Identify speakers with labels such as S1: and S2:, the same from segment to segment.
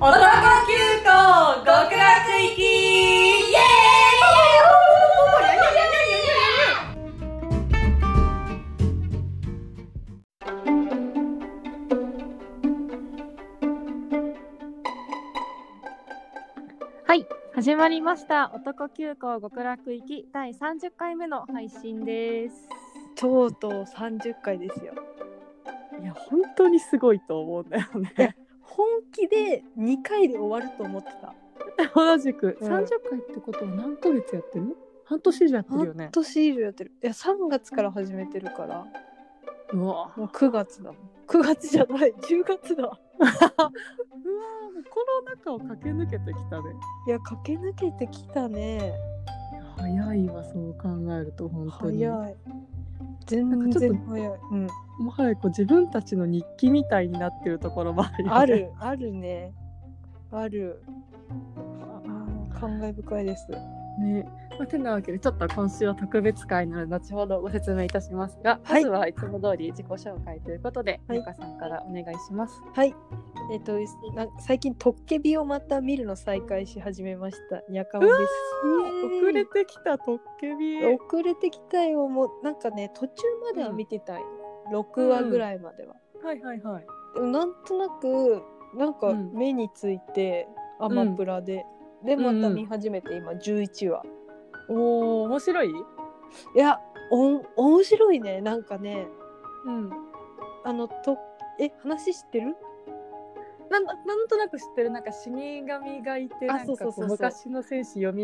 S1: 男急行極楽行きイエーイ
S2: はい、始まりました。男急行極楽行き第30回目の配信です。
S3: とうとう30回ですよ。いや本当にすごいと思うんだよね。本気で2回で終わると思ってた。
S2: 同じく
S3: うん
S2: 30回ってことは何ヶ月やってる？半年以上やってるよね
S3: 半。年以上やってる。いや3月から始めてるから、
S2: うわ、
S3: もう9月だもん。9月じゃない、10月だ。
S2: うわ、もうコロナ禍を駆け抜けてきたね。
S3: いや駆け抜けてきたね。
S2: 早いわ、そう考えると本当
S3: 早
S2: に。
S3: い。全然早い。うん。
S2: もはやこう自分たちの日記みたいになってるところもあるよね
S3: あ。るあるね。ある。あー感慨深いです。
S2: ね。まあ、てなわけでちょっと今週は特別会なので後ほどご説明いたしますが、
S3: はい
S2: まずはいつも通り自己紹介ということで、
S3: はい
S2: ゆかさんからお願いします。
S3: はい。えっ、とな最近トッケビをまた見るの再開し始めました。やかもです。
S2: 遅れてきたトッケビ。
S3: 遅れてきたよ。もうなんかね途中までは見てたい。六、話ぐらいまでは。
S2: はいはいはい。
S3: でもなんとなくなんか
S2: うん
S3: 目について、アマプラで。でまた見始めて今11話、
S2: おお面白い？
S3: いやおん面白いねなんかね
S2: うん。
S3: あのとえ話知ってる
S2: なんだなんとなく知ってるなんか死神がいて
S3: あ
S2: なんかこ
S3: そうそうそうそう
S2: 昔の戦士蘇っ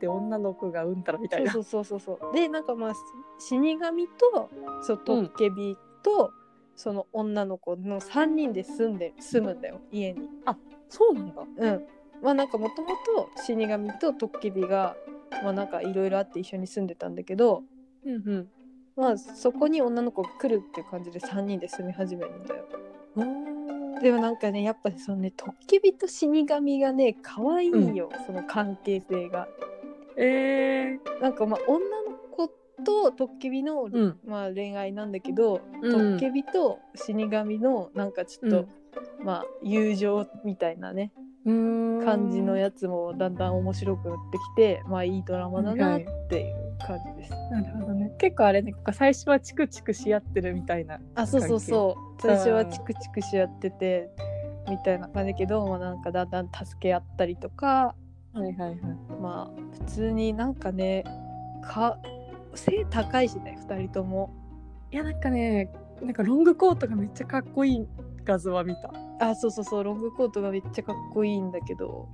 S2: て女の子がうんたらみたいな。
S3: そうそうそうそうそうでなんかまあ死神とそうトッケビと、その女の子の3人で住んで住むんだよ家に
S2: そうなんだ。
S3: うんまあなんかもともと死神とトッケビがまあなんかいろいろあって一緒に住んでたんだけど
S2: うんうん。
S3: まあそこに女の子が来るって感じで3人で住み始めるんだよでもなんかねやっぱそのねトッケビと死神がね可愛いよ、その関係性が
S2: え
S3: なんかまあ女の子とトッケビの
S2: ー。うん。
S3: まあ、恋愛なんだけど、
S2: うん
S3: トッケビと死神のなんかちょっと、まあ、友情みたいなね
S2: うん
S3: 感じのやつもだんだん面白くなってきて、まあいいドラマだなっていう感じです。
S2: なるほどね。結構あれね、最初はチクチクし合ってるみたいな。
S3: あそうそうそう最初はチクチクし合っててみたいな感じだけど、まあ、なんかだんだん助け合ったりとか
S2: はいはいはい。
S3: まあ普通になんかねか背高いしね2人とも。
S2: いや、なんかね、なんかロングコートがめっちゃかっこいい画像は見た。
S3: あそうそうそうロングコートがめっちゃかっこいいんだけど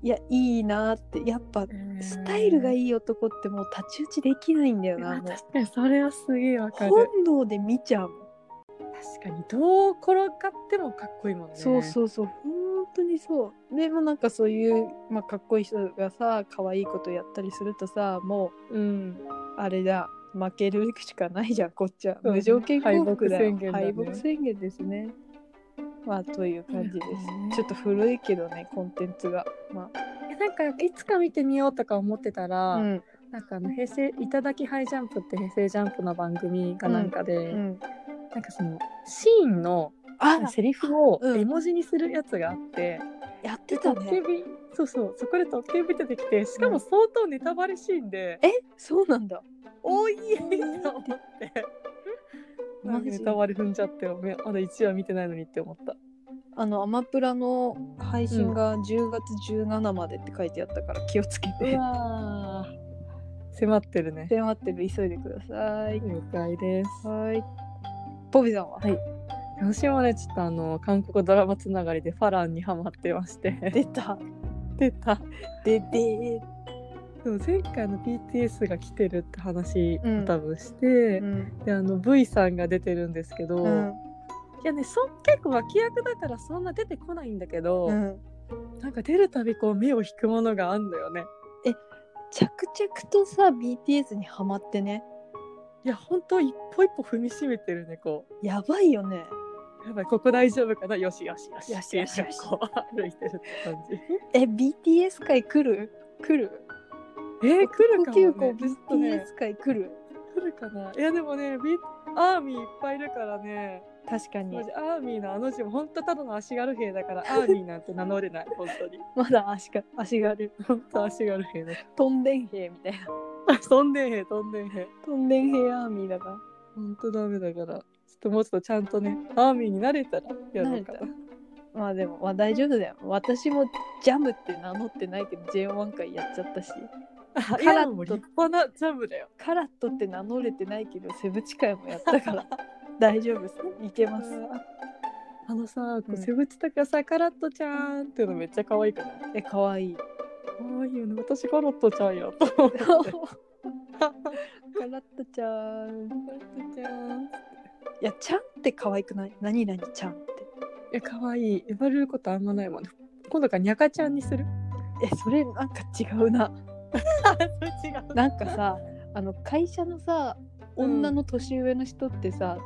S3: いやいいなってやっぱスタイルが
S2: い。
S3: いい男ってもう太刀打ちできないんだよなもう
S2: 確かにそれはすげえわかる。
S3: 本能で見ちゃうもん、
S2: 確かにどう転がってもかっこいいもんね。
S3: そうそうそう本当にそうでもなんかそういう、まあ、かっこいい人がさ可愛いことやったりするとさも
S2: う。うん。
S3: うあれだ負けるしかないじゃんこっちは
S2: そうね
S3: 無条件降伏だよ
S2: 敗北宣言だね
S3: 敗北宣言ですねまあという感じです、
S2: なるほどね
S3: ちょっと古いけどねコンテンツがま
S2: いやなんかいつか見てみようとか思ってたら、
S3: あん
S2: なんかあの平成いただきハイジャンプって平成ジャンプの番組かなんかで、
S3: うん
S2: なんかそのシーンの
S3: あ
S2: セリフを
S3: うん
S2: 絵文字にするやつがあって。
S3: やって
S2: で
S3: た
S2: 特急
S3: ね
S2: 便そうそうそこで特急便出てきてしか
S3: う
S2: も
S3: ん
S2: 相当ネタバレシーンで、
S3: えそうなんだ
S2: 多いと思ってなんかネタバレ踏んじゃってめまだ1話見てないのにって思った
S3: あのアマプラの配信が10月17までって書いてあったから気をつけて、
S2: わ迫ってるね
S3: 迫ってる急いでください。
S2: 了解です
S3: はい。ポビさんは、
S2: はい私もねちょっとあの韓国ドラマつながりでファランにハマってまして
S3: 出た
S2: 出た
S3: 出て
S2: でも前回の BTS が来てるって話
S3: う
S2: を
S3: ん
S2: 多分して、
S3: うん
S2: であの V さんが出てるんですけど、
S3: うん
S2: いやねそ結構脇役だからそんな出てこないんだけど、
S3: うん
S2: なんか出るたびこう目を引くものがあんだよね
S3: 着々とさ BTS にハマってね
S2: いやほんと一歩一歩踏みしめてるねこ
S3: やばいよね。
S2: うやばいここ大丈夫かなよしよしよし
S3: よしよしよし
S2: こう歩いてるって感 じ
S3: え BTS 界来る来る
S2: えー、来るかも、ね、
S3: 男急行
S2: ちょっとね
S3: BTS 界来る
S2: 来るかないやでもね、B、アーミーいっぱいいるからね
S3: 確か
S2: マ
S3: に
S2: ジアーミーのあの字も本当ただの足軽兵だ からアーミーなんて名乗れない本当に
S3: まだ足が足 軽
S2: 本当足軽兵だ か
S3: とんでん兵みたいな
S2: ら飛んでん兵飛んでん兵
S3: とんでん兵アーミーだから
S2: 本当ダメだからちょっともうちょっとちゃんとねアーミーになれたらやろうか
S3: 慣
S2: な
S3: れ まあでも、まあ、大丈夫だよ私もジャムって名乗ってないけど J1 回やっちゃったし
S2: あ
S3: ト
S2: いやもう立派なジャムだよ
S3: カラットって名乗れてないけどセブチ会もやったから 大丈夫さいけます
S2: あのさ、こ
S3: う
S2: うんセブチタがさ、カラットちゃんっていうのめっちゃ可愛くない
S3: え可愛い い
S2: 可愛いよね。私カラットちゃんやと思って。
S3: カ
S2: カラッ
S3: ラットちゃん
S2: トちゃん。い
S3: いやちゃんって可愛くない何々ちゃんって
S2: や、可愛い。呼ばれることあんまないもんね。今度からニャカちゃんにする。
S3: えそれなんか違うな
S2: あ、それ違う。
S3: なんかさあの会社のさ
S2: うん
S3: 女の年上の人ってさ、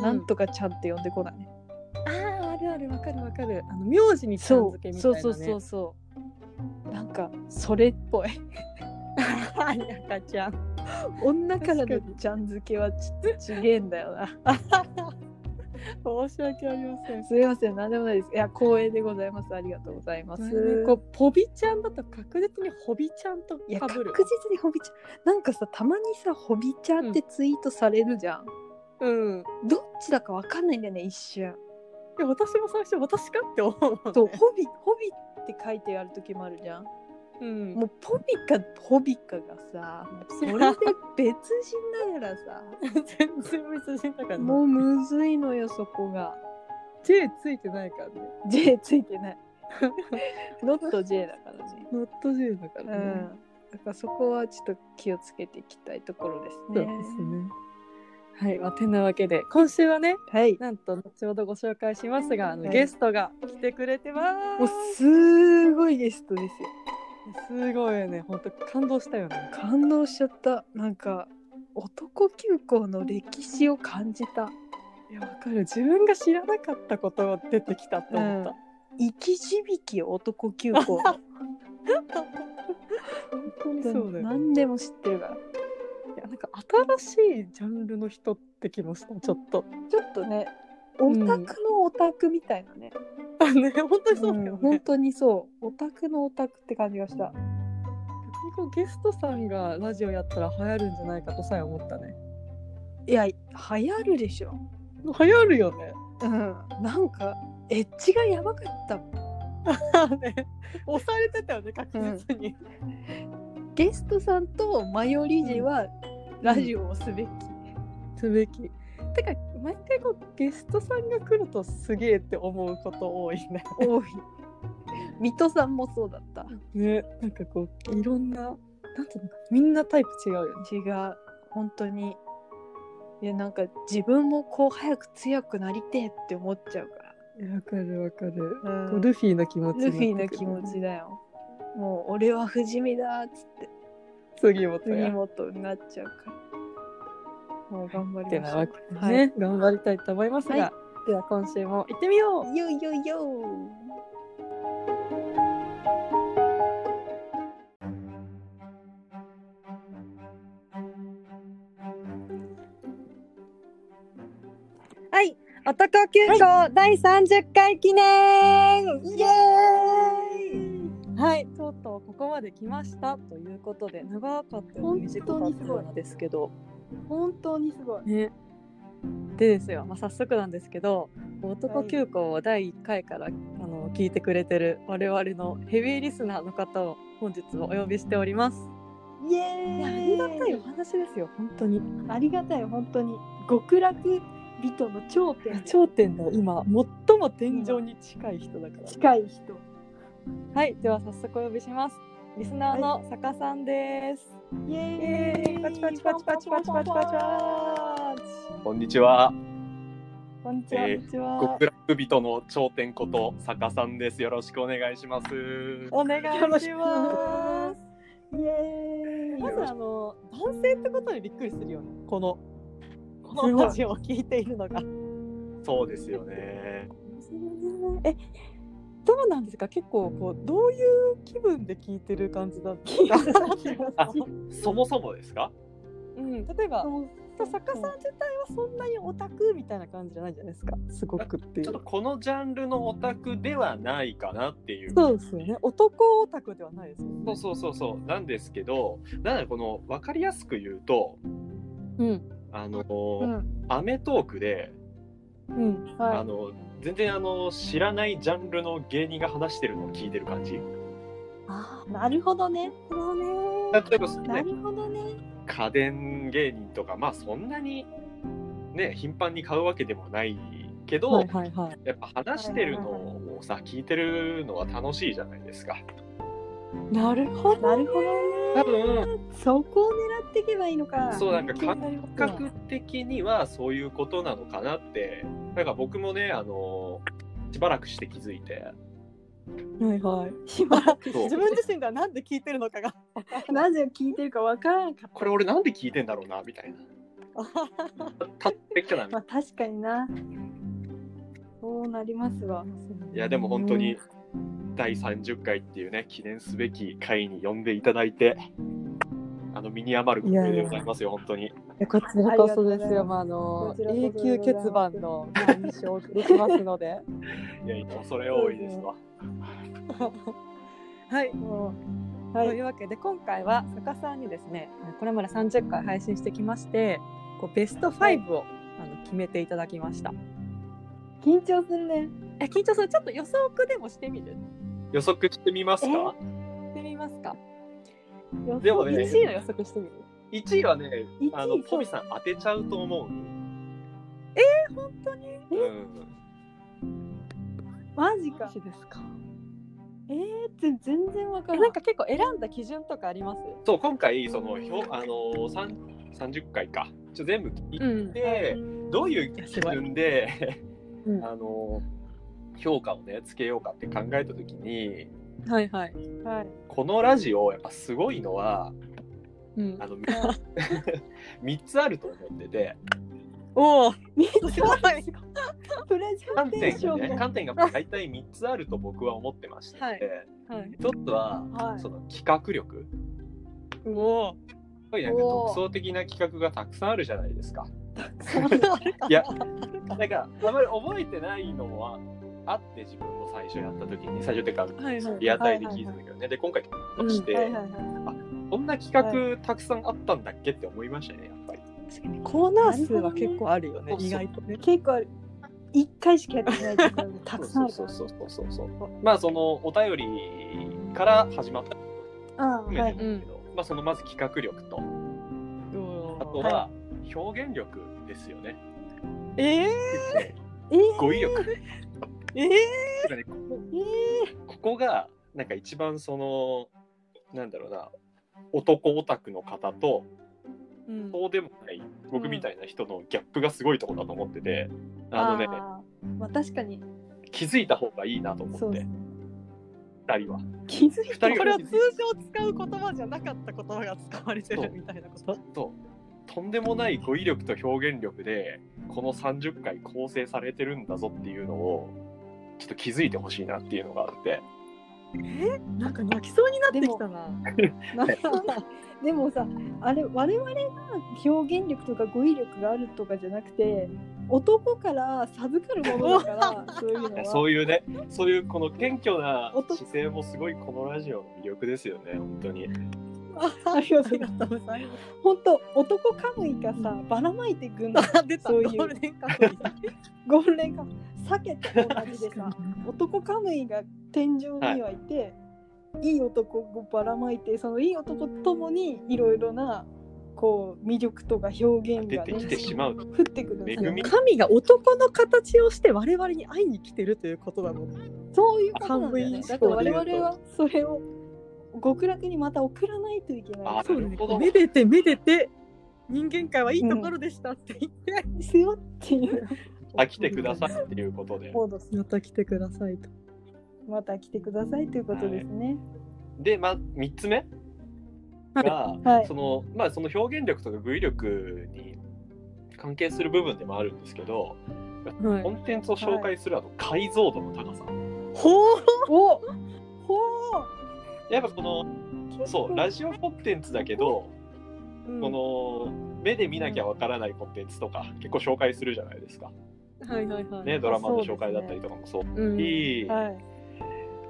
S3: なんとかちゃんって呼んでこない、
S2: ああ、あるある、わかるわかる。あの、名字にちゃん
S3: そ
S2: 付
S3: う
S2: けみた
S3: そ
S2: いな、
S3: う
S2: ね。
S3: そうそうそうなんかそれっぽ い
S2: あニャカちゃん。
S3: 女から
S2: 確
S3: の
S2: かに
S3: ちゃん付けはちょっとちげえんだよな
S2: 申し訳ありません。
S3: すいません何でもないですいや光栄でございますありがとうございます
S2: こうポビちゃんだと確実にホビちゃんと
S3: いや
S2: か
S3: 確
S2: ぶるわ。
S3: 実にホビちゃんなんかさたまにさホビちゃんってツイートされるじゃん、
S2: うん。い
S3: どっちだかわかんないんだよね一瞬
S2: や私も最初私かって思うもんね。
S3: そうホビホビって書いてある時もあるじゃん
S2: うん。
S3: もうポビかホビかがさもうそれで別人だからさ
S2: 全然別人だからね。
S3: も うむずいのよそこが
S2: J ついてないからね。
S3: J ついてないノット J だからね
S2: ノット J だか
S3: う
S2: らね。
S3: んだからそこはちょっと気をつけていきたいところです
S2: そう
S3: ね
S2: ですね。はい、まあ、てなわけで今週はね
S3: はい
S2: なんと後ほどご紹介しますがあの、
S3: はい
S2: ゲストが来てくれてま
S3: もう
S2: す
S3: すごいゲストですよ
S2: すごいよね本当感動したよね
S3: 感動しちゃったなんか男急行の歴史を感じた
S2: いやわかる自分が知らなかったことが出てきたと思った、
S3: 生き字引きよ男急 行の
S2: 本当にそうだよ、ね、
S3: 何でも知ってるから
S2: いやなんか新しいジャンルの人ってきましたちょっと
S3: ちょっとね
S2: う
S3: オ
S2: ん
S3: タクのオタクみたいなね、
S2: あね本当にそうだよね、
S3: うん
S2: 本
S3: 本当にそうオタクのオタクって感じがした
S2: 当にこうゲストさんがラジオやったら流行るんじゃないかとさえ思ったね
S3: いや流行るでしょ
S2: 流行るよね
S3: うんなんかエッジがやばかったもん
S2: ね 押されてたよね確実に、
S3: ゲストさんとマヨリジはラジオをすべき、
S2: すべきてか毎回こうゲストさんが来るとすげえって思うこと多いね
S3: 多い水戸さんもそうだった
S2: ねなんかこういろんななんていうのかみんなタイプ違うよね
S3: 違う本当にいやなんか自分もこう早く強くなりてえって思っちゃうか
S2: わかるわかる、
S3: ら、
S2: こ
S3: う
S2: うんルフィの気持ち
S3: ルフィの気持
S2: に
S3: ちだよもう俺は不死身だーっつって
S2: なってくる杉本
S3: 杉
S2: や
S3: 本になっちゃうからもう頑張
S2: っ
S3: り
S2: て
S3: ま
S2: な
S3: しょ
S2: わ
S3: う
S2: けでね、
S3: はい
S2: 頑張りたいと思いますが、
S3: は
S2: では今週も行ってみよう
S3: よいよいよ
S1: はい、男急行第30回記念、イエ
S2: はい、とうとうここまで来ましたということで長かったような短かったようなですけど、
S3: 本当にすごい
S2: ね、でですよ、まあ、早速なんですけど「男急行」を第1回から、あの聞いてくれてる我々のヘビーリスナーの方を本日もお呼びしております。
S3: イエーイ
S2: いやありがたいお話ですよ本当に
S3: ありがたい本当に極楽人の頂
S2: いや
S3: 点
S2: 頂点の今最も天井に近い人だから、
S3: 近い人
S2: はいでは早速お呼びしますリスナーの坂さんです、
S3: イエ
S2: イエーイパチパチパチパチパチパチパチパチ
S4: こんにちは。
S2: こんにちは。こん
S4: えー
S2: にちは
S4: 極。楽人の頂点こと坂さんです。よろしくお願いします。
S2: お願い
S3: よろし
S2: し
S3: くお
S2: ま
S3: 願
S2: す。
S3: イエーイ
S2: まずあの男性ってことにびっくりするよね。このこのラジオを聞いているのが。
S4: そうですよね。
S2: え、どうなんですか。結構こうどういう気分で聞いてる感じだった。
S4: あそもそもですか
S2: うん。例えばと坂さん自体はそんなにオタクみたいな感じじゃないじゃないですかすごくってい
S4: ちょっ
S2: う
S4: と。このジャンルのオタクではないかなっていう。
S2: そうですよね男オタクではないですもん
S4: そ
S2: ね
S4: う。そうそうそうなんですけど、なんだこの分かりやすく言うと、
S2: うん
S4: あの
S5: うん
S4: アメトークで、
S2: うん
S4: あ
S2: は
S4: の全然あの知らないジャンルの芸人が話してるのを聞いてる感じ。例
S2: い、あーなるほどね。なるほどね
S4: えば、
S2: な
S4: ね、
S2: るほどね。
S4: 家電芸人とかまあそんなにね頻繁に買うわけでもないけど、
S2: はいはいはい。
S4: やっぱ話してるのをさ聞いてるのは楽しいじゃないですか。
S2: なるほど。なるほど
S4: 多分
S2: そこを狙っていけばいいのか。
S4: そうなんか感
S2: 感
S4: 覚的にはそういうことなのかなってなんか僕もねあのしばらくして気づいて
S2: はいはい。しばらく
S4: そう
S2: 自分自身がなんで聞いてるのかが。
S3: なぜ聞いてるかわからんかっ
S4: これ俺なんで聞いてんだろうなみたい な買ってきたな
S3: た。まあ確かにな。そうなりますわ。
S4: いやでも本当に第30回っていうね記念すべき回に呼んでいただいてあの身に余る光栄でございますよ本当に
S2: えこちらこそ
S3: ありがとうござ
S2: です
S3: い
S2: よ。
S3: ます
S2: まああの
S3: こちらこそで
S2: 永
S3: ござい
S2: 久
S3: ます
S2: 欠番の会議所をお送りしますので。
S4: いや恐れ多いですわ
S2: はい。
S3: は
S2: とい
S3: い。
S2: うわけで今回は坂さんにですねこれまで30回配信してきましてこうベスト5を、あの決めていただきました
S3: 緊張するね。
S2: え緊張するちょっと予測でもしてみる
S4: 予測してみますか
S2: してみますか
S4: でもね
S2: 1位の予測してみる
S4: 1位はね
S3: 一位
S4: あの
S3: そう
S4: ポビさん当てちゃうと思うえ本当にうん
S3: マジか。
S2: ですか
S3: えー、全然わから
S2: なんん。か結構選んだ基準とかあります
S4: そう今回そのひょあのさん30回かちょ全部聞いて、どういう基準で
S2: うん
S4: あの評価をねつけようかって考えた時に
S2: はいはい、
S3: はい。
S4: このラジオやっぱすごいのは
S2: うん
S4: あ、の3つあると思ってて
S2: おお
S3: プレゼン
S4: 観
S3: テー
S4: 点
S3: ショ
S4: が
S3: ン
S4: ね
S3: も。
S4: 観点が大体3つあると僕は思ってまして、
S2: はいはい
S4: 一つは、
S3: はい
S4: その企画力
S2: おお
S4: すごいなんか
S3: おー
S4: 独創的な企画がたくさんあるじゃないですか。
S2: ー
S4: いやなんかあまり覚えてないのはあって自分も最初やった時に最初っていうか
S2: はいはい
S4: リアタイで聞いてたんだけどね、で今回聞きまして、
S3: はいはいはい。
S4: こんな企画たくさんあったんだっけって思いましたねやっぱり。
S2: コーナー数は結構あるよね
S4: なるほどね
S2: 意外とね
S3: 結構ある。一回しかやってないところがたくさんあるか
S4: そ
S3: ら
S4: う。そうそうそうそうそう。まあそのお便りから始まったの
S3: あ
S4: も含
S3: は
S4: め
S3: い
S4: て。なんだけど、まあそのまず企画力とあとは表現力ですよね。
S2: ええ
S3: えー、
S4: 語彙力。
S2: ええ
S4: てかねここここがなんか一番そのなんだろうな男オタクの方と
S2: うん
S4: そうでもない僕みたいな人のギャップがすごいとこだと思ってて、あのね
S3: あーまあ確かに
S4: 気づいた方がいいなと
S3: そ
S4: 思っ
S3: う
S4: て
S3: ですね
S4: 2人は
S3: 気づい
S4: 2
S3: た
S4: 人
S2: これ
S4: は
S2: は
S4: 気
S2: 通
S4: づい
S2: 常使う言葉じゃなかった言葉が使われて
S4: そう
S2: るみたいなこと。
S4: ととんでもない語彙力と表現力でこの30回構成されてるんだぞっていうのをちょっと気づいてほしいなっていうのがあって
S2: なんか泣きそうになってきたな。
S3: でもさあれ我々が表現力とか語彙力があるとかじゃなくて男から授かるものだ からそういうのは
S4: そういうねそういうこの謙虚な
S3: 男
S4: 姿勢もすごいこのラジオの魅力ですよね本当に。
S3: ありが
S2: あ
S3: とう
S2: りがとうございま
S3: 本当男カムイがさばらまいていくんだ
S2: す。あ出た
S3: そ
S2: ゴ
S3: ういう
S2: ールデンカムイ。
S3: ゴールデンカムイ鮭と同じでさ男カムイが天井にはいて、い、い男をばらまいてそのいい男ともにいろいろなこう魅力とか表現
S4: 出
S3: が、
S4: て
S3: ね、
S4: きてしまう
S3: 降ってくるんです
S4: 恵
S3: よ
S4: み
S2: 神が男の形をして我々に会いに来てるということだもん。
S3: そういうことなんだよね。だ
S2: 半
S3: から
S2: 分
S4: 以上
S3: 我々はそれを極楽にまた送らないといけな
S4: あ
S3: い。
S4: なるほど
S2: めでてめでて人間界はいいところでしたって言って。
S3: ですよっていう。
S4: 飽きてくださいっていうことで。
S3: モードです
S2: また来てくださいと。
S3: また来てくださいということですね。
S4: で、まあ、3つ目が、
S3: はい
S4: そのまあ、その表現力とか語彙力に関係する部分でもあるんですけど、
S2: は
S4: コ。ンテンツを紹介するあと解像度の高さ。
S2: ほう。
S3: お、ほ
S4: やっぱこの、そう、ラジオコンテンツだけど、
S3: う。
S4: この、目で見なきゃわからないコンテンツとか結構紹介するじゃないですか、
S2: はいはいはい。
S4: ね、ドラマの紹介だったりとかもそう
S2: うん
S4: いい
S2: はい。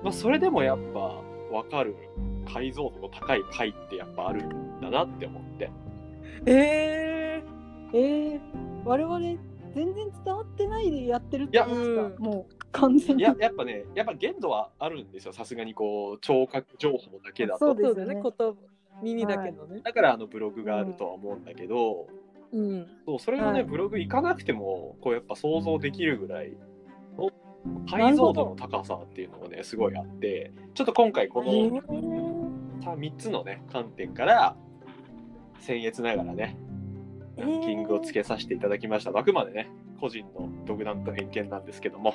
S4: まあ、それでもやっぱ分かる解像度の高い回ってやっぱあるんだなって思って
S2: えー
S3: ええ我々全然伝わってないでやってるって
S4: いや
S3: ことですか
S2: う
S3: もう完全
S4: い
S3: に
S4: ややっぱねやっぱ限度はあるんですよさすがにこう聴覚情報だけだ
S3: そ
S4: と
S3: うです
S2: そ
S3: よ
S2: うだよ
S3: ね
S2: ね。言耳だけのね。
S4: だからあのブログがあるとは思うんだけど、
S2: うん。
S4: そうそれが
S3: は
S4: ね、
S3: い
S4: ブログ行かなくてもこうやっぱ想像できるぐらいの解像度の高さっていうのがねすごいあってちょっと今回こ
S2: え
S4: のさ3つのね観点から僭越ながらねランキングをつけさせていただきました、あくまでね個人の独断と偏見なんですけども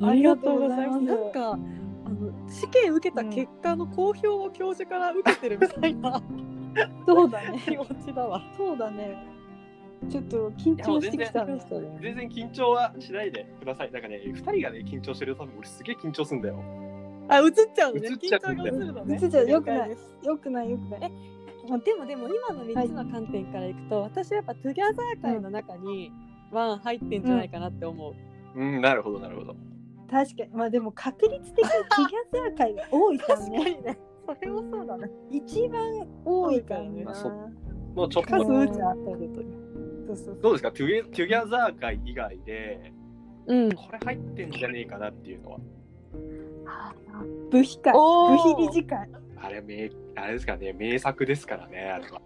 S2: ありがとうございます。
S3: あり
S2: な
S3: がとうんござ
S2: か、あの試験受けた結果の公表を教授から受けてるみたいな
S3: そうだね。
S2: 気持ちだわ。
S3: そうだね。ちょっと緊張してきたね。
S4: 全然緊張はしないでくださいなんかね2人がね緊張してると俺すげえ緊張すんだよ
S2: あ、映っちゃうのね。
S4: 映っ
S2: 緊
S4: ちゃ
S2: 張
S4: うん
S2: が
S4: だ
S2: 映
S4: よ
S2: るのね。
S3: 映っちゃうよくない
S2: 了解です
S3: よくないよくない。
S2: まあでもでも今の3つの観点からいくと、私はやっぱトゥギャザー会の中にワン入ってんじゃないかなって思う。
S4: うんなるほどなるほど
S3: 確かに。まあでも確率的にティギャザー会が多いから
S2: 確か
S3: ね。
S2: にね。それもそうだね。
S3: 一番多いからね。
S4: まあ
S3: 数
S4: そ
S3: 打
S4: もうちょっ
S2: 数
S4: と
S2: 打ち当たるという。
S3: そうそう
S4: どうですかトゥゲトゥギャザー会以外で
S2: うん。
S4: これ入ってんじゃねえかなっていうのは
S3: 部費会。
S2: お
S3: 部
S2: ー
S3: 費理事会。
S4: あれ名あれですかね名作ですからねあれは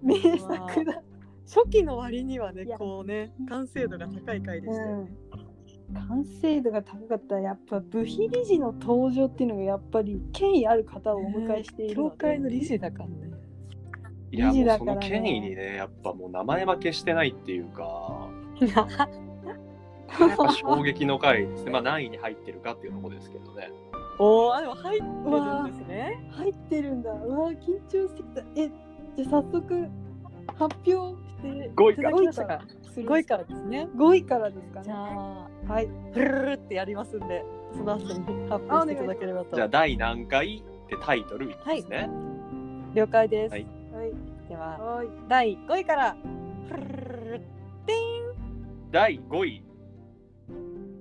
S3: 名作だ。
S2: 初期の割にはね
S3: いや
S2: こうね完成度が高い回でしたよね、
S3: うん完成度が高かったらやっぱ部費理事の登場っていうのがやっぱり権威ある方をお迎えしている
S2: 教
S3: ので、
S2: 会の理事だからね
S4: いや
S3: 理事
S4: もう
S3: だ
S4: そ
S3: から
S4: の
S3: ね
S4: 権威にねやっぱもう名前負けしてないっていう かやっぱ衝撃の回ですねまあ何位に入ってるかっていうとこですけどね
S2: おおでも入ってるんですね
S3: 入ってるんだうわー緊張してきたえじゃあ早速発表して
S4: 5位
S3: いた
S4: から
S3: だきましたかす
S2: すごいからですね
S3: 5位からですか
S2: じ
S3: ね
S2: ゃあ
S3: はい
S2: フルルルってやりますんでその後に発表していただければと
S4: じゃあ第何回ってタイトルいきますね、
S2: 了解です、
S4: はい
S3: はい
S2: では
S3: はい
S2: 第5位からフルルルルルで
S4: 第5位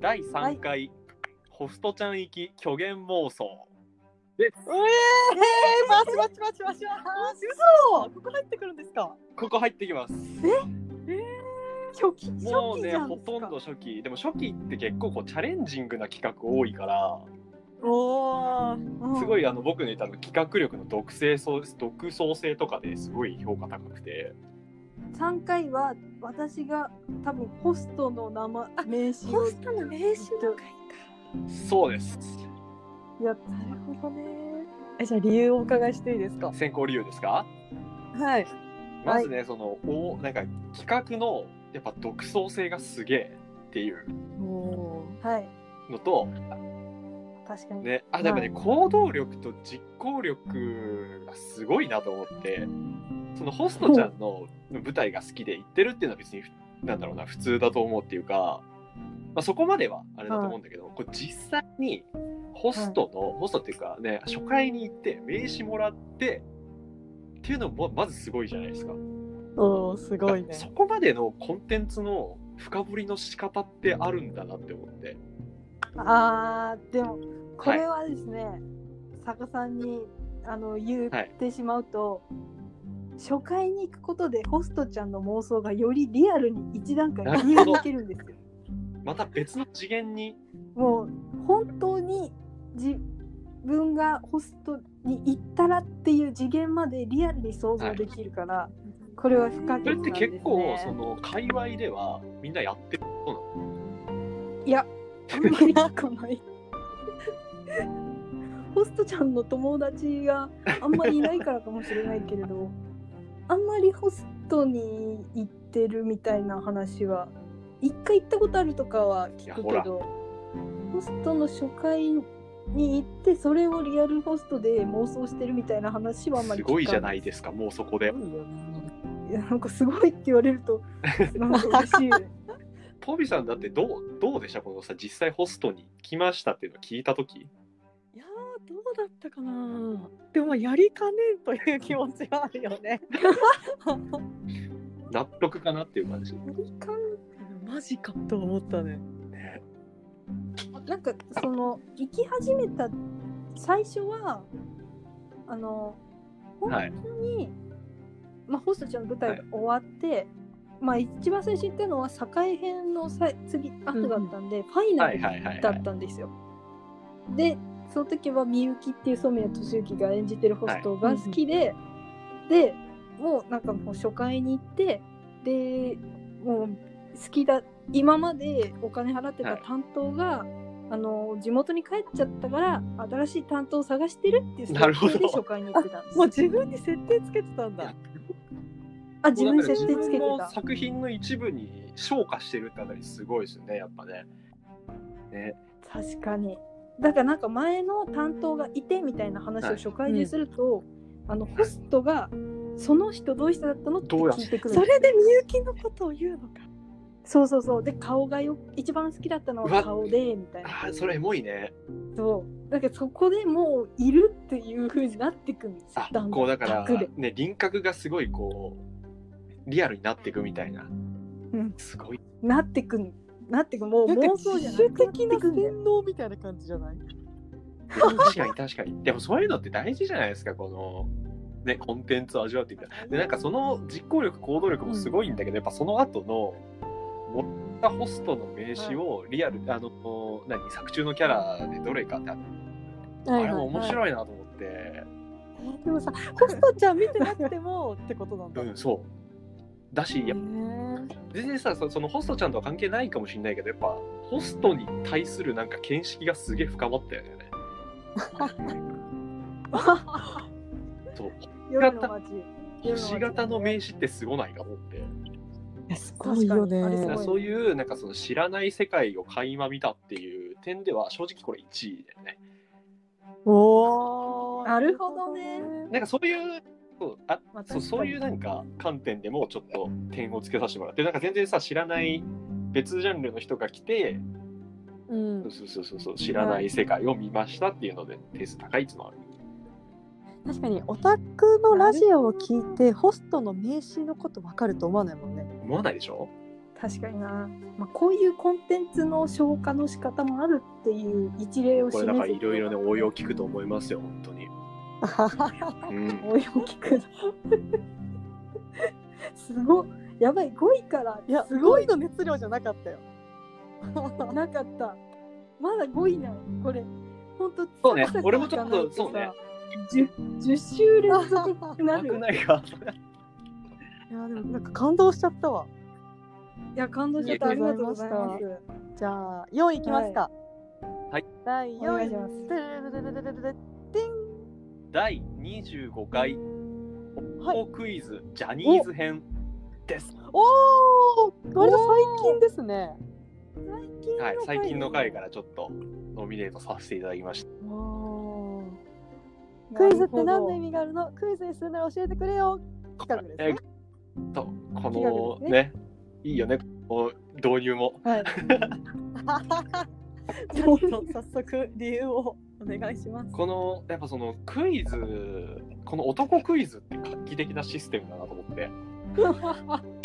S4: 第3回、ホストちゃん行き虚言妄想
S2: うえーバチバチバチバチバチ嘘ここ入ってくるんですか
S4: ここ入ってきます
S3: 初期初期じゃ
S4: も
S3: ん
S4: う
S3: で
S4: ね
S3: すか
S4: ほとんど初期でも初期って結構こうチャレンジングな企画多いから
S2: おお
S3: うん
S4: すごいあの僕の言ったあの企画力の独創性独創性とかですごい評価高くて
S3: 3回は私が多分ホストの名前名刺を
S2: ホストの名刺の回か
S4: そうです
S3: やっ
S2: なるほどね。えじゃあ理由をお伺いしていいですか。
S4: 選考理由ですか
S2: はい。
S4: まずね、そのおなんか企画のやっぱ独創性がすげえっていう
S2: お
S3: たはい
S4: のと
S3: 確かに、
S4: ねあなんかね、行動力と実行力がすごいなと思ってそのホストちゃんの舞台が好きで行ってるっていうのは別になんだろうな普通だと思うっていうか、まあ、そこまではあれだと思うんだけど、こう実際にホストの、ホストっていうかね初回に行って名刺もらってっていうのもまずすごいじゃないですか。
S2: おーすごいね。
S4: そこまでのコンテンツの深掘りの仕方ってあるんだなって思って
S3: あーでもこれはですね、坂さんにあの言
S4: はい
S3: ってしまうと、初回に行くことでホストちゃんの妄想がよりリアルに一段階切り抜けるんですよ。
S4: また別の次元に
S3: もう本当に自分がホストに行ったらっていう次元までリアルに想像できるから、これは不可欠
S4: それ
S3: なん
S4: って
S3: ですね。
S4: 結構その界隈ではみんなやってる
S3: いや、あんまり聞かない。ホストちゃんの友達があんまりいないからかもしれないけれど、あんまりホストに行ってるみたいな話は、一回行ったことあるとかは聞く
S4: い
S3: け
S4: や
S3: ど、ホストの初回に行って、それをリアルホストで妄想してるみたいな話はあんまり
S4: す
S3: 聞か
S4: ごいじゃない
S3: い
S4: ですかもうそこで
S3: いやなんかすごいって言われると、なんか嬉 しい。
S4: トビさんだってどうどうでしたこのさ実際ホストに来ましたっていうのを聞いた時
S2: いやーどうだったか な。でもやりかねんという気持ちはあるよね。
S4: 納得かなっていう感じ。
S2: マジかと思ったね。
S3: なんかその行き始めた最初はあの本
S4: はい
S3: 当に、まあ、ホストちゃんの舞台が終わって、まあ一番最初に行ったのは栄編のさ次後だったんで、ファイナ
S4: はい
S3: ル
S4: はいはい、
S3: だ
S4: はい
S3: っ。たんですよ。でその時はみゆきっていう染谷俊之が演じてるホストが好きで、でもうなんかもう初回に行ってでもう好きだ今までお金払ってた担当が、あの地元に帰っちゃったから新しい担当を探してるっていう設
S4: なるほど
S3: 定で初回に行ってたん です
S2: もう自分に設定つけてたんだ。
S3: あ自分に設定
S4: も
S3: つ
S4: うだ
S3: けて
S4: から自分の
S3: た
S4: 作品の一部に昇華してるってあたりすごいですよね、やっぱね。ね
S3: 確かにだからなんか前の担当がいてみたいな話を初回ですると、あのホストがその人どういう人だったのって
S4: どうや
S3: 聞いてくる
S2: そ
S3: の
S2: れでみゆきのことを言うのか。
S3: そうそうそうで顔がよ一番好きだったの
S4: うわ
S3: は顔でみたいな
S4: ああ、それエモいね。
S3: そうだからそこでもういるっていう風になってくるんです
S4: あ
S3: だんだん
S4: こうだから
S3: 卓で、
S4: ね、輪郭がすごいこう、リアルになっていくみたいな。
S3: うん
S4: すごい。
S3: なってくるなってくもう
S2: なんか
S3: 妄想じゃなくなっ
S2: 自主
S3: て
S2: 的な
S3: くんだよ
S2: 洗脳みたいな感じじゃない。
S4: 確かに確かに。でもそういうのって大事じゃないですか、この。ね、コンテンツを味わっていくでなんかその実行力行動力もすごいんだけど、やっぱその後の持ったホストの名刺をリアル、あの何作中のキャラでどれかってあって
S2: は
S4: あれも面
S2: い。
S4: 白いなと思って、
S2: でもさ、ホストちゃん見てなくてもってことなんだ。
S4: うん、そう。だし、やっぱ全然さそ、そのホストちゃんとは関係ないかもしれないけど、やっぱ、ホストに対するなんか見識がすげえ深 まったよね。そう。
S3: 夜の街夜の
S4: 星型の名刺ってすごないかと思って。
S2: いやす
S3: 確かにあれす
S4: だか
S3: ご
S4: ら
S3: い
S4: そういう、なんかその知らない世界を垣間見たっていう点では、正直これ1位だよね。
S2: おお。
S3: なるほどね。
S4: なんかそういう、そうあ
S3: まあ
S4: そう
S3: 確かに
S4: そういうなんか観点でもちょっと点をつけさせてもらってなんか全然さ知らない別ジャンルの人が来て
S2: うん
S4: そう。そうそうそう知らない世界を見ましたっていうので点数高いっていうのはある
S2: 確かにオタクのラジオを聞いてホストの名刺のこと分かると思わないもんね。
S4: 思わないでしょ
S3: 確かにな、まあ、こういうコンテンツの消化の仕方もあるっていう一例を
S4: こ
S3: 示
S4: れ
S3: す
S4: だからいろいろね応用聞くと思いますよ本当に、うん、
S3: 応用聞くのすごいやばい5位から
S2: いや
S3: す
S2: す
S3: ご
S2: ご
S3: い
S2: いの熱量じゃなかったよ。
S3: なかったまだ5位なのこれほんと
S4: そうね
S3: つかさ
S4: 俺もちょっと
S3: いかない
S4: そうね
S3: 10, 10週連続
S2: い
S3: な
S4: なく
S3: る
S4: ないか
S2: やでもなんか感動しちゃったわ。
S3: いや感動しちゃったありがとうご ざいます
S2: じゃあ4位いきますか。
S4: はい。
S2: 第
S3: お願いし
S2: 4
S3: ま
S2: 位。
S3: す
S4: 第25回
S2: はい
S4: 「クイズジャニーズ編」です
S2: おお。割と最近ですね。
S4: はい、最近の回
S3: が
S4: からちょっとノミネートさせていただきました
S2: おークイズって何の意味があるの？クイズにするなら教えてくれよ。企画ですね
S4: えっと
S3: 企画
S4: この
S3: ですね
S4: ねいいよねこの導入も
S3: はい
S2: ちょっと 早速理由をお願いします。
S4: このやっぱそのクイズこの男クイズって画期的なシステムだなと思 って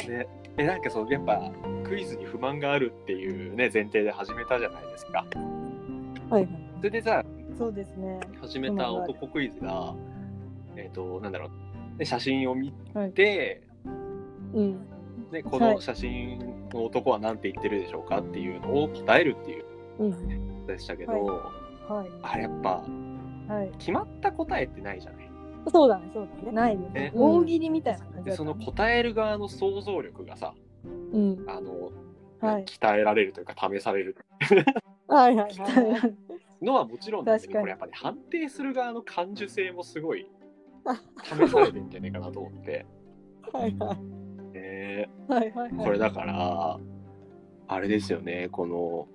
S4: ねえなんかそのやっぱクイズに不満があるっていうね前提で始めたじゃないですか
S2: はい。
S4: それでさ
S3: そうですね
S4: 始めた男クイズがえっ、となんだろうで写真を見
S3: はい
S4: て、
S2: うん。
S4: でこ
S3: は
S4: の
S3: い
S4: 写真の男は何て言ってるでしょうかっていうのを答えるっていう
S2: うん。
S4: でしたけど、
S3: はい
S4: あれやっぱ
S3: はい
S4: 決まった答えってないじゃない
S2: そうだね、そうだね。
S3: ないです
S4: ね
S3: ね大喜利みたいな感じだっ
S4: で
S3: た
S4: その答える側の想像力がさ
S2: うん。
S4: あの、
S3: はい
S4: 鍛えられるというか試される
S2: はいはいはい。
S4: のはもちろんなんだけ
S3: 確か
S4: ど
S3: に
S4: これやっぱり、ね、判定する側の感受性もす ごい試されてんじゃないかなと思って、
S2: はいはい。
S4: え
S2: はいはい
S4: ーこれだからあれですよねこの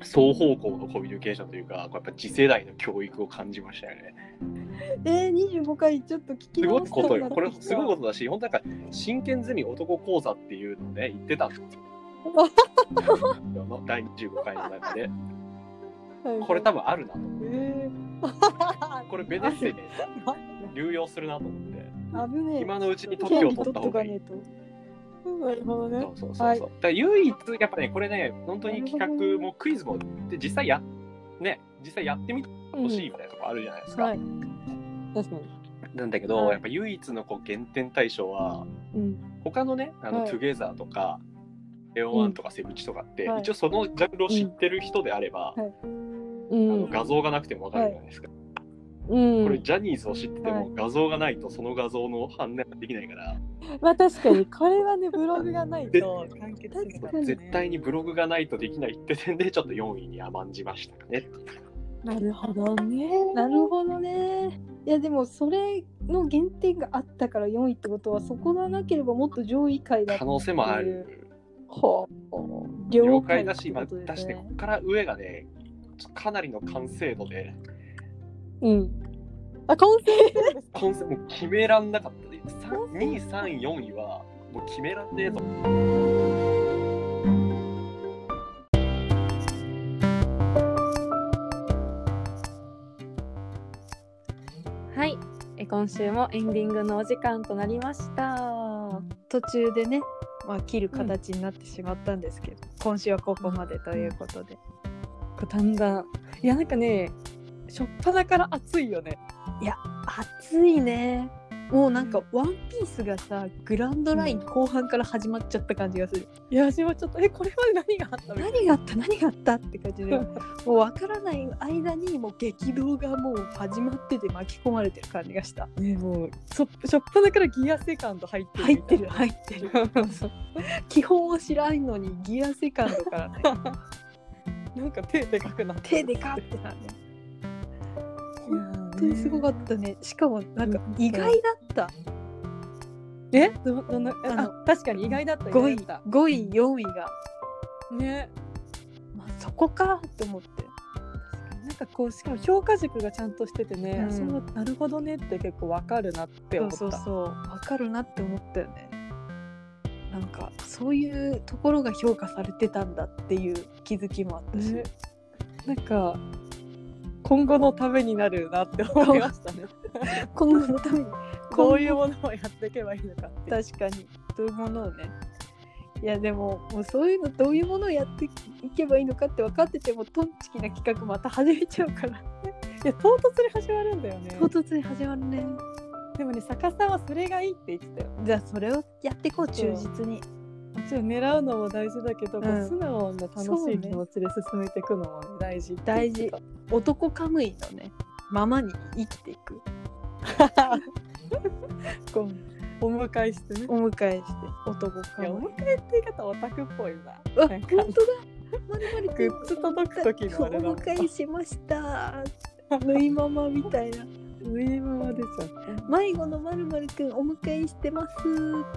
S4: 双方向のコミュニケーションというかこうやっぱ次世代の教育を感じましたよね。
S3: えー、25回ちょっと聞き
S4: すご
S3: 直
S4: い
S3: した
S4: こと
S3: くな
S4: よ。
S3: って
S4: これ
S3: きた
S4: すごいことだし、本当なんか真剣ゼミ男講座っていうのをね言ってたん ですよ。の第25回の中で、これ多分あるなと思って。
S3: え
S4: これベネッセで流用するなと思って。
S3: ー、危ねえ
S4: 今のうちに特許
S3: 権
S4: を
S3: 利取っ
S4: 取った
S3: と
S4: 方
S3: か
S4: がい
S3: ね
S4: い。
S3: えと
S2: なるほどね
S4: そうそうそうそう、だから唯一やっぱねこれね本当に企画もクイズもで実際やね実際やってみてほしいみたいなとこあるじゃないですか、
S2: はい確かに
S4: なんだけど、
S2: はい
S4: やっぱ唯一のこう減点対象は
S2: うん
S4: 他のねあの、
S2: はい
S4: トゥゲザーとかレオワンとかセブチとかって、
S2: はい
S4: 一応そのジャンルを知ってる人であれば、
S2: うんう
S4: あの
S2: ん
S4: 画像がなくてもわかるじゃないですか、
S2: うん
S4: これジャニーズを知ってて
S2: は
S4: も画像がないとその画像の判断ができないから、
S2: まあ確かにこれはねブログがないと完結するからね
S4: 絶対にブログがないとできないって点でちょっと4位に甘んじましたかね。
S2: なるほどね
S3: なるほどね。いやでもそれの原点があったから4位ってことはそこがなければもっと上位回だ
S4: 可能性もある。
S3: ほう
S4: 了
S3: 了解
S4: 解だ
S3: だ
S4: し、
S3: し、
S4: 今
S3: ま
S4: 出
S3: 出
S4: し
S3: してて
S4: ここから上がね、かなりの完成度で、
S2: うんあ完成
S4: 完成もう決めらんなかった。3 2位、3位、4位はもう決めらんねえぞ。
S5: はい、え今週もエンディングのお時間となりました。
S3: 途中でね、まあ、切る形になってしまったんですけど、今週はここまでということで、
S2: だんだんいやなんかね初っ端から暑いよね
S3: 暑いねもうなんか「ワンピースがさグランドライン後半から始まっちゃった感じがする、
S2: いや私もちょっとえこれまで何があったの
S3: 何があった何があったって感じ でもう分からない間にもう激動がもう始まってて巻き込まれてる感じがした
S2: ねもうそ初っ端からギアセカンド入ってる
S3: 入っ
S2: みた
S3: て
S2: い
S3: る
S2: な
S3: 入ってる 基本を知らんのにギアセカンドからね
S2: なんか手でかくなって
S3: 手でかってなるね
S2: 本
S3: 本当にすごかったねしかもなんか意外だった
S2: えどどんな
S3: あ
S2: あ確かに意外だった
S3: 5
S2: 意外
S3: 位
S2: だっ
S3: 5位4位が、
S2: たね
S3: まあ、そこかと思って
S2: なんかこうしかも評価軸がちゃんとしててね、
S3: うん
S2: そうなるほどねって結構わかるなって
S3: そ
S2: 思
S3: う
S2: った
S3: そうそうわかるなって思ったよねなんかそういうところが評価されてたんだっていう気づきもあったし、
S2: ねなんか今後のためになるなって思いましたね
S3: 今後のために今
S2: こ
S3: 後
S2: ういうものをやっていけばいいのかって
S3: 確かにどういうものをねいやでももうそういうのどういうものをやっていけばいいのかって分かっててもトンチキな企画また始めちゃうから
S2: いや唐突に始まるんだよね
S3: 唐突に始まるね
S2: でもね逆さんはそれがいいって言ってたよ
S3: じゃあそれをやっていこう忠実に
S2: もちろん狙うのも大事だけど、こう
S3: うん
S2: 素直な楽
S3: そう
S2: し
S3: ね
S2: い気持ちで進めていくのもね、大事って言
S3: 大
S2: っ
S3: 事
S2: てた
S3: 男カムイのねままに生きていく
S2: こうお迎えしてね
S3: お迎えして男
S2: い
S3: カ
S2: やお
S3: ムイ
S2: 迎えって言い方オタクっぽいな
S3: うわ
S2: なん
S3: 本当
S2: か
S3: だまるまる
S2: グッズ届く時のあれだ
S3: お迎えしました縫いままみたいな
S2: 上は出ちゃった
S3: 迷子のまるまるくんお迎えしてます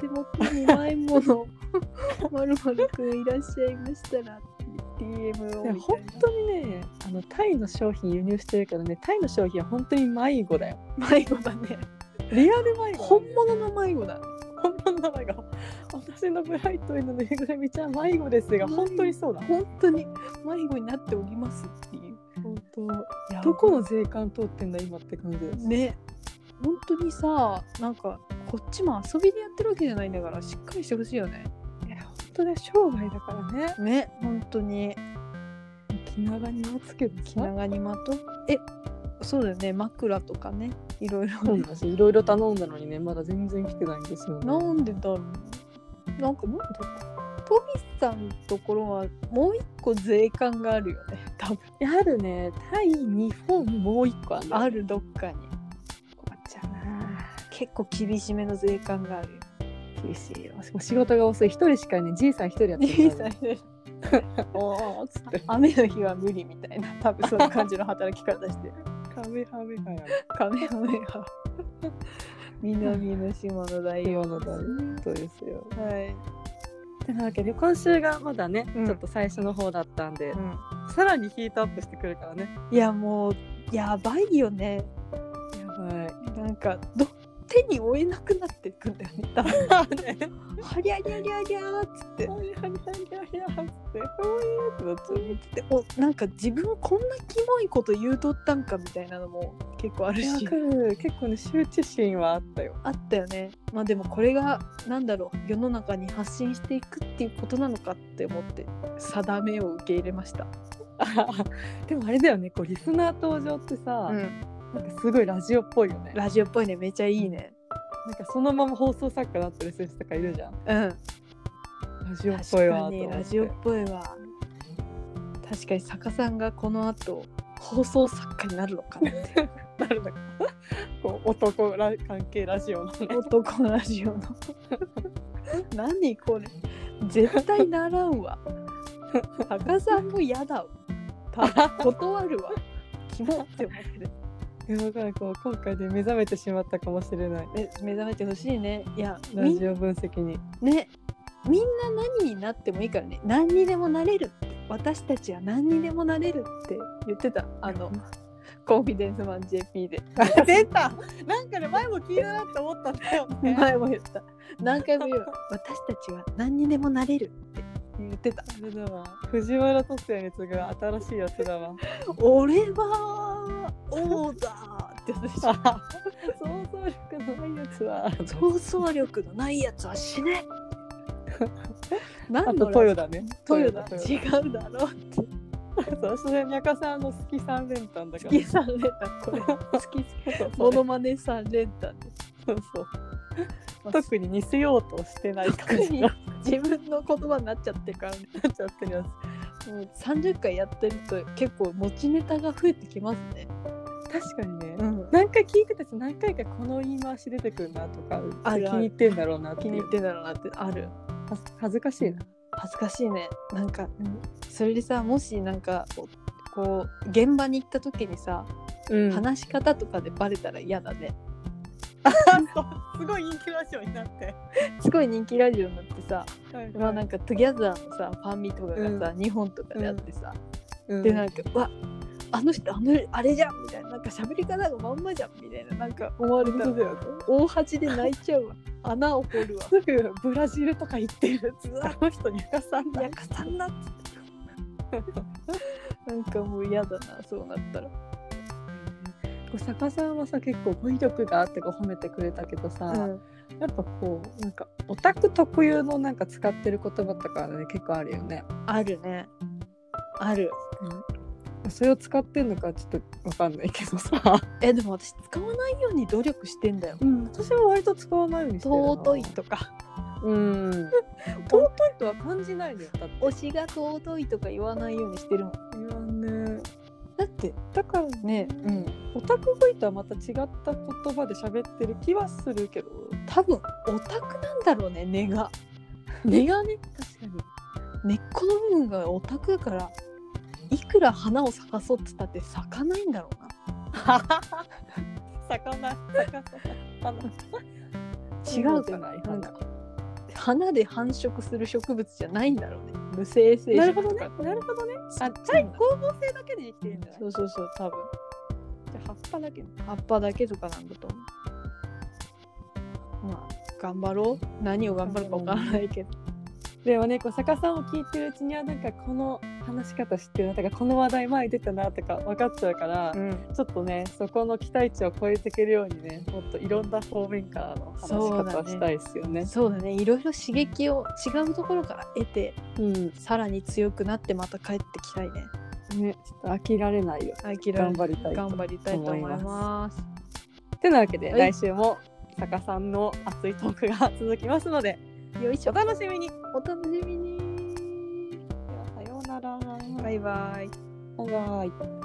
S3: 手元に迷子 のまるまるくんいらっしゃいましたら DM を
S2: でも
S3: みた
S2: 本
S3: い
S2: 当にねあのタイの商品輸入してるけどねタイの商品は本当に迷子だよ
S3: な迷子だね
S2: リアル迷子
S3: 本物の迷子だ
S2: 本物の迷子私のブライトへのぬいぐるみちゃん迷子ですが本当にそうだ
S3: 本当に迷子になっておりますっていう
S2: 本
S3: いや
S2: 当どこの税関通ってんだ今って感じです
S3: ね本当にさなんかこっちも遊びでやってるわけじゃないんだからしっかりしてほしいよね
S2: いや本当ね商売だからね
S3: ね本当に
S2: 気長に待つけど
S3: 気長にまとえそうだよね枕とかねいろいろ
S2: そうなんですよいろいろ頼んだのにねまだ全然来てないんですよね
S3: なんでだろうなんかなんだトミさんのところはもう一個税関があるよね多分
S2: いやあるねタイ日本もう一個ある
S3: あるどっかに
S2: こっちゃな
S3: 結構厳しめの税関があるよ
S2: 厳しいよしかも仕事が遅い一人しかねじいさん一人やって
S3: 小
S2: る
S3: さ
S2: から
S3: い ね
S2: おおつって
S3: 雨の日は無理みたいな多分そんな感じの働き方してる
S2: カメハメハや
S3: カメハメハ 南の島の大王
S2: 今のだそうですよ
S3: はい、
S2: てなわけで今週がまだね、
S3: うん
S2: ちょっと最初の方だったんで、
S3: うん、
S2: さらにヒートアップしてくるからね
S3: いやもうやばいよね
S2: やばい
S3: なんかど
S6: 手に負えなくなっていくんだよねだんだん
S2: あね
S6: はりゃりゃりゃりゃーっつって
S2: はやはやはやはやって
S6: ってなっちゃうでおなんか自分こんなキモいこと言うとったんかみたいなのも結構ある
S2: わ
S6: し
S2: かる結構ね羞恥心はあったよ
S6: あったよねまあでもこれがなんだろう世の中に発信していくっていうことなのかって思って定めを受け入れました
S2: あ でもあれだよねこうリスナー登場ってさ、
S6: うん
S2: なんかすごいラジオっぽいよね
S6: ラジオっぽいねめちゃいいね
S2: なんかそのまま放送作家だったりする人とかいるじゃん
S6: うん
S2: ラジオっぽい
S6: 確
S2: わ
S6: か
S2: と思
S6: に
S2: って
S6: ラジオっぽいわ確かに坂さんがこの後放送作家になるのかなって
S2: なるんだかこう男ら関係ラジオのね
S6: 男ラジオの何これ絶対ならんわ坂さんも嫌だわた断るわキモって思ってる
S2: いやだからこう今回で目覚めてしまったかもしれない
S6: め目覚めてほしいねいや
S2: ラ
S6: みん
S2: ジオ分析に
S6: ねみんな何になってもいいからね何にでもなれるって私たちは何にでもなれるって言ってたあのコンフィデンスマン JP で
S2: 出たなんかね前も聞いたなって思ったんだよね
S6: 前も言った何回も言 う私たちは何にでもなれるって言ってた
S2: あれだわ藤原竜也に次ぐ新しいやつだ わ
S6: 俺は王だって私
S2: 想像力のないやつは
S6: 想像力のないやつは死ね
S2: あ
S6: 何
S2: と
S6: の
S2: トヨだね
S6: トヨだ
S2: トヨ
S6: 違う だろうって
S2: そうそれにゃかさんの好き三連単だか
S6: 好
S2: ら
S6: き3連単これ好 き
S2: そう
S6: モ
S2: そう
S6: ノマネ3連単です
S2: そうそう特に似せようとしてない感じがなっ
S6: 自分の言葉になっちゃってるからね
S2: ちゃってるやつ
S6: もう30回やってると結構持ちネタが増えてきますね
S2: 確かにね、
S6: ん
S2: 何回聞いてたし何回かこの言い回し出てくるなとか
S6: ある
S2: 気に入ってんだろうなって
S6: 気
S2: いう
S6: に入ってんだろうなってある
S2: は恥ずかしいな
S6: 恥ずかしいねなんか、それでさもしなんかこうこう現場に行った時にさ、
S2: うん
S6: 話し方とかでバレたら嫌だね
S2: すごい人気ラジオになって
S6: すごい人気ラジオになってさ、ま
S2: ま
S6: あ
S2: あ
S6: な
S2: なん
S6: ん
S2: か
S6: か「トゥギャザーのさファンミとかがさ、日本とかであってさ、
S2: で
S6: で
S2: な
S6: なんんか「うわあの人あのあれじゃん」みたいななんか喋り方がまんまじゃんみたいななんか思われたら
S2: だよね
S6: 大恥で泣いちゃうわ穴を掘る わ
S2: すぐブラジルとか行ってるあの人にゃかさんだ
S6: やかさんなっつってなんかもう嫌だなそうなったら
S2: こう坂さんはさ結構語彙力があってこう褒めてくれたけどさ、
S6: うん
S2: やっぱこうなんかオタク特有のなんか使ってる言葉とかね結構あるよね、
S6: あるねある
S2: それを使ってんのかちょっとわかんないけどさ、
S6: えでも私使わないように努力してんだよ
S2: うん、私も割と使わないようにしてるな
S6: 尊いとか
S2: うん尊いとは感じないのよだって
S6: 推しが尊いとか言わないようにしてるもん
S2: いやね
S6: だって
S2: だからね
S6: ねうん
S2: オタク語彙とはまた違った言葉で喋ってる気はするけど
S6: 多分オタクなんだろうね根 が
S2: 根がね確かに
S6: 根っこの部分がオタクだからいくら花を咲かそうって言ったって咲かないんだろうな
S2: 魚
S6: 違
S2: 魚
S6: うかななんか花で繁殖する植物じゃないんだろうね無性生殖
S2: なるほど
S6: と
S2: ね
S6: か
S2: なるほどね
S6: そ
S2: あ
S6: う
S2: じゃあ光合成だけで生きてるんじゃない
S6: そうそうそう多分
S2: じゃあ葉っぱだけね
S6: 葉っぱだけとかなんだと思うまあ頑張ろう何を頑張るかわからないけど
S2: でもねこう坂さんを聞いてるうちにはなんかこの話し方知ってるなとかこの話題前に出たなとか分かっちゃうから、
S6: ん
S2: ちょっとねそこの期待値を超えていけるようにねもっといろんな方面からの話し
S6: そう
S2: 方
S6: だ
S2: を
S6: ね
S2: したいですよね。
S6: そうだねいろいろ刺激を違うところから得て
S2: うん
S6: さらに強くなってまた帰ってきたいね
S2: ねちょっと飽きられないよ
S6: はい嫌い
S2: 頑張りたいと。
S6: 頑張りたいと思います
S2: てなわけで、
S6: はい
S2: 来週も坂さんの熱いトークが続きますので
S6: よいし
S2: お
S6: ょ
S2: 楽しみに。で
S6: お楽しみに
S2: はさようなら。
S6: バイバイ
S2: バイバイ。